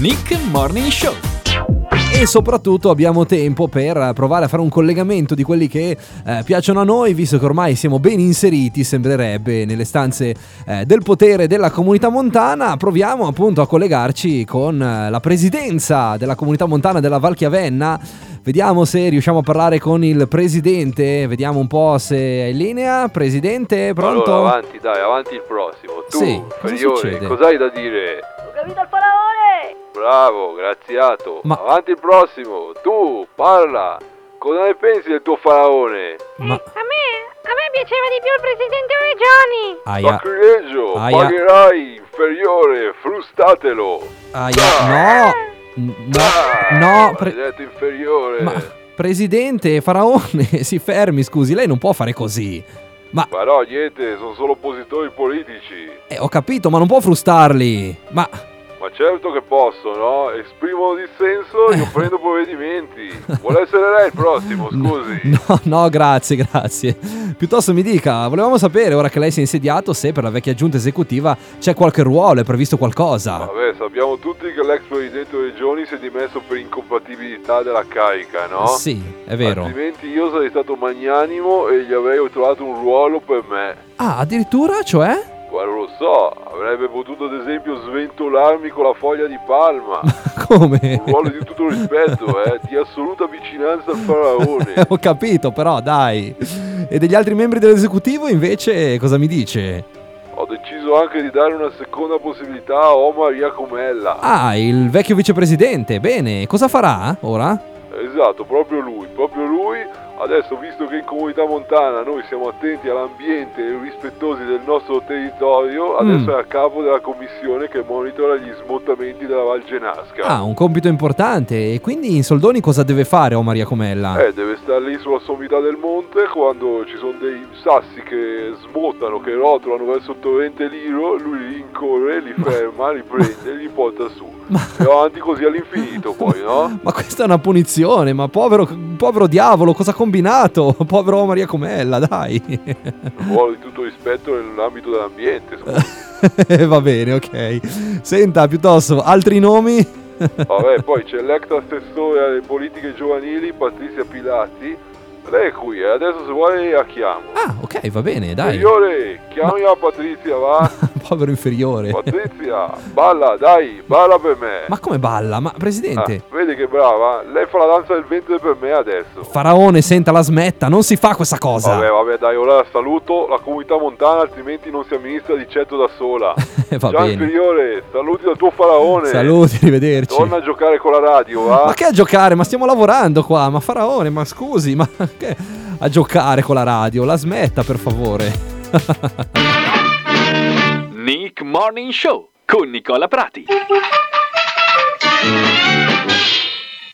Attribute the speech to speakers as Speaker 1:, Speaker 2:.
Speaker 1: Nick Morning Show. E soprattutto abbiamo tempo per provare a fare un collegamento di quelli che eh, piacciono a noi, visto che ormai siamo ben inseriti, sembrerebbe, nelle stanze eh, del potere della comunità montana. Proviamo appunto a collegarci con eh, la presidenza della comunità montana della Val Chiavenna. Vediamo se riusciamo a parlare con il presidente, vediamo un po' se è in linea. Presidente, pronto?
Speaker 2: Allora, avanti, dai, avanti il prossimo. Tu,
Speaker 1: Sì, cosa
Speaker 2: Ferione,
Speaker 1: succede?
Speaker 2: cos'hai da dire?
Speaker 3: Ho capito il faraone!
Speaker 2: Bravo, graziato.
Speaker 1: Ma-
Speaker 2: Avanti il prossimo. Tu, parla. Cosa ne pensi del tuo faraone?
Speaker 1: Ma-
Speaker 3: Eh, a me, a me piaceva di più il presidente Regioni!
Speaker 1: Aia,
Speaker 2: Sacrilegio,
Speaker 1: Aia.
Speaker 2: pagherai, inferiore, frustatelo.
Speaker 1: aia, no,
Speaker 2: Ah,
Speaker 1: no, no, pre-
Speaker 2: maledetto inferiore.
Speaker 1: Ma presidente Faraone, si fermi, scusi, lei non può fare così. Ma
Speaker 2: Ma no, niente, sono solo oppositori politici.
Speaker 1: eh, ho capito, ma non può frustarli. Ma
Speaker 2: Ma certo che posso, no? Esprimono dissenso, io prendo provvedimenti. Vuole essere lei il prossimo, scusi.
Speaker 1: no, no, grazie, grazie. Piuttosto mi dica, volevamo sapere, ora che lei si è insediato, se per la vecchia giunta esecutiva c'è qualche ruolo, è previsto qualcosa.
Speaker 2: Vabbè, sappiamo tutti che l'ex presidente Regioni si è dimesso per incompatibilità della carica, no?
Speaker 1: Sì, è vero.
Speaker 2: Altrimenti io sarei stato magnanimo e gli avrei trovato un ruolo per me.
Speaker 1: Ah, addirittura, cioè?
Speaker 2: Ma non lo so, avrebbe potuto ad esempio sventolarmi con la foglia di palma.
Speaker 1: Come?
Speaker 2: Un ruolo di tutto rispetto, eh, di assoluta vicinanza al faraone.
Speaker 1: Ho capito, però, dai. E degli altri membri dell'esecutivo, invece, cosa mi dice?
Speaker 2: Ho deciso anche di dare una seconda possibilità a Omar Iacomella.
Speaker 1: Ah, il vecchio vicepresidente. Bene, cosa farà eh, ora?
Speaker 2: Esatto, proprio lui, proprio lui. Adesso, visto che in comunità montana noi siamo attenti all'ambiente e rispettosi del nostro territorio, adesso
Speaker 1: Mm.
Speaker 2: è a capo della commissione che monitora gli smottamenti della Val Genasca.
Speaker 1: Ah, un compito importante. E quindi in soldoni cosa deve fare o Maria Comella?
Speaker 2: Eh, deve stare lì sulla sommità del monte quando ci sono dei sassi che smottano, che rotolano verso il torrente Liro, lui li incorre, li ferma, li prende, li porta su. E va avanti così all'infinito poi, no?
Speaker 1: Ma questa è una punizione, ma povero, povero diavolo, cosa ha combinato? Povero Maria Comella, dai.
Speaker 2: Un ruolo di tutto rispetto nell'ambito dell'ambiente, scusa.
Speaker 1: Va bene, ok. Senta, piuttosto, altri nomi?
Speaker 2: Vabbè, poi c'è l'ex assessore alle politiche giovanili Patrizia Pilati. Lei è qui, eh, adesso se vuole la chiamo.
Speaker 1: Ah, ok, va bene, dai.
Speaker 2: Signore, chiami la Patrizia, va.
Speaker 1: Povero inferiore.
Speaker 2: Patrizia, balla, dai, balla per me.
Speaker 1: Ma come balla? Ma
Speaker 2: Ah,
Speaker 1: presidente,
Speaker 2: vedi che brava? Lei fa la danza del ventre per me adesso.
Speaker 1: Faraone, senta la smetta, non si fa questa
Speaker 2: Vabbè,
Speaker 1: cosa.
Speaker 2: vabbè, dai, ora la saluto la comunità montana, altrimenti non si amministra di certo da sola.
Speaker 1: Va
Speaker 2: Gian
Speaker 1: bene.
Speaker 2: Inferiore, saluti dal tuo faraone.
Speaker 1: Saluti, arrivederci.
Speaker 2: Torna a giocare con la radio, va.
Speaker 1: Ma che a giocare? Ma stiamo lavorando qua. Ma Faraone, ma scusi, ma che a giocare con la radio? La smetta, per favore.
Speaker 4: Nick Morning Show con Nicola Prati.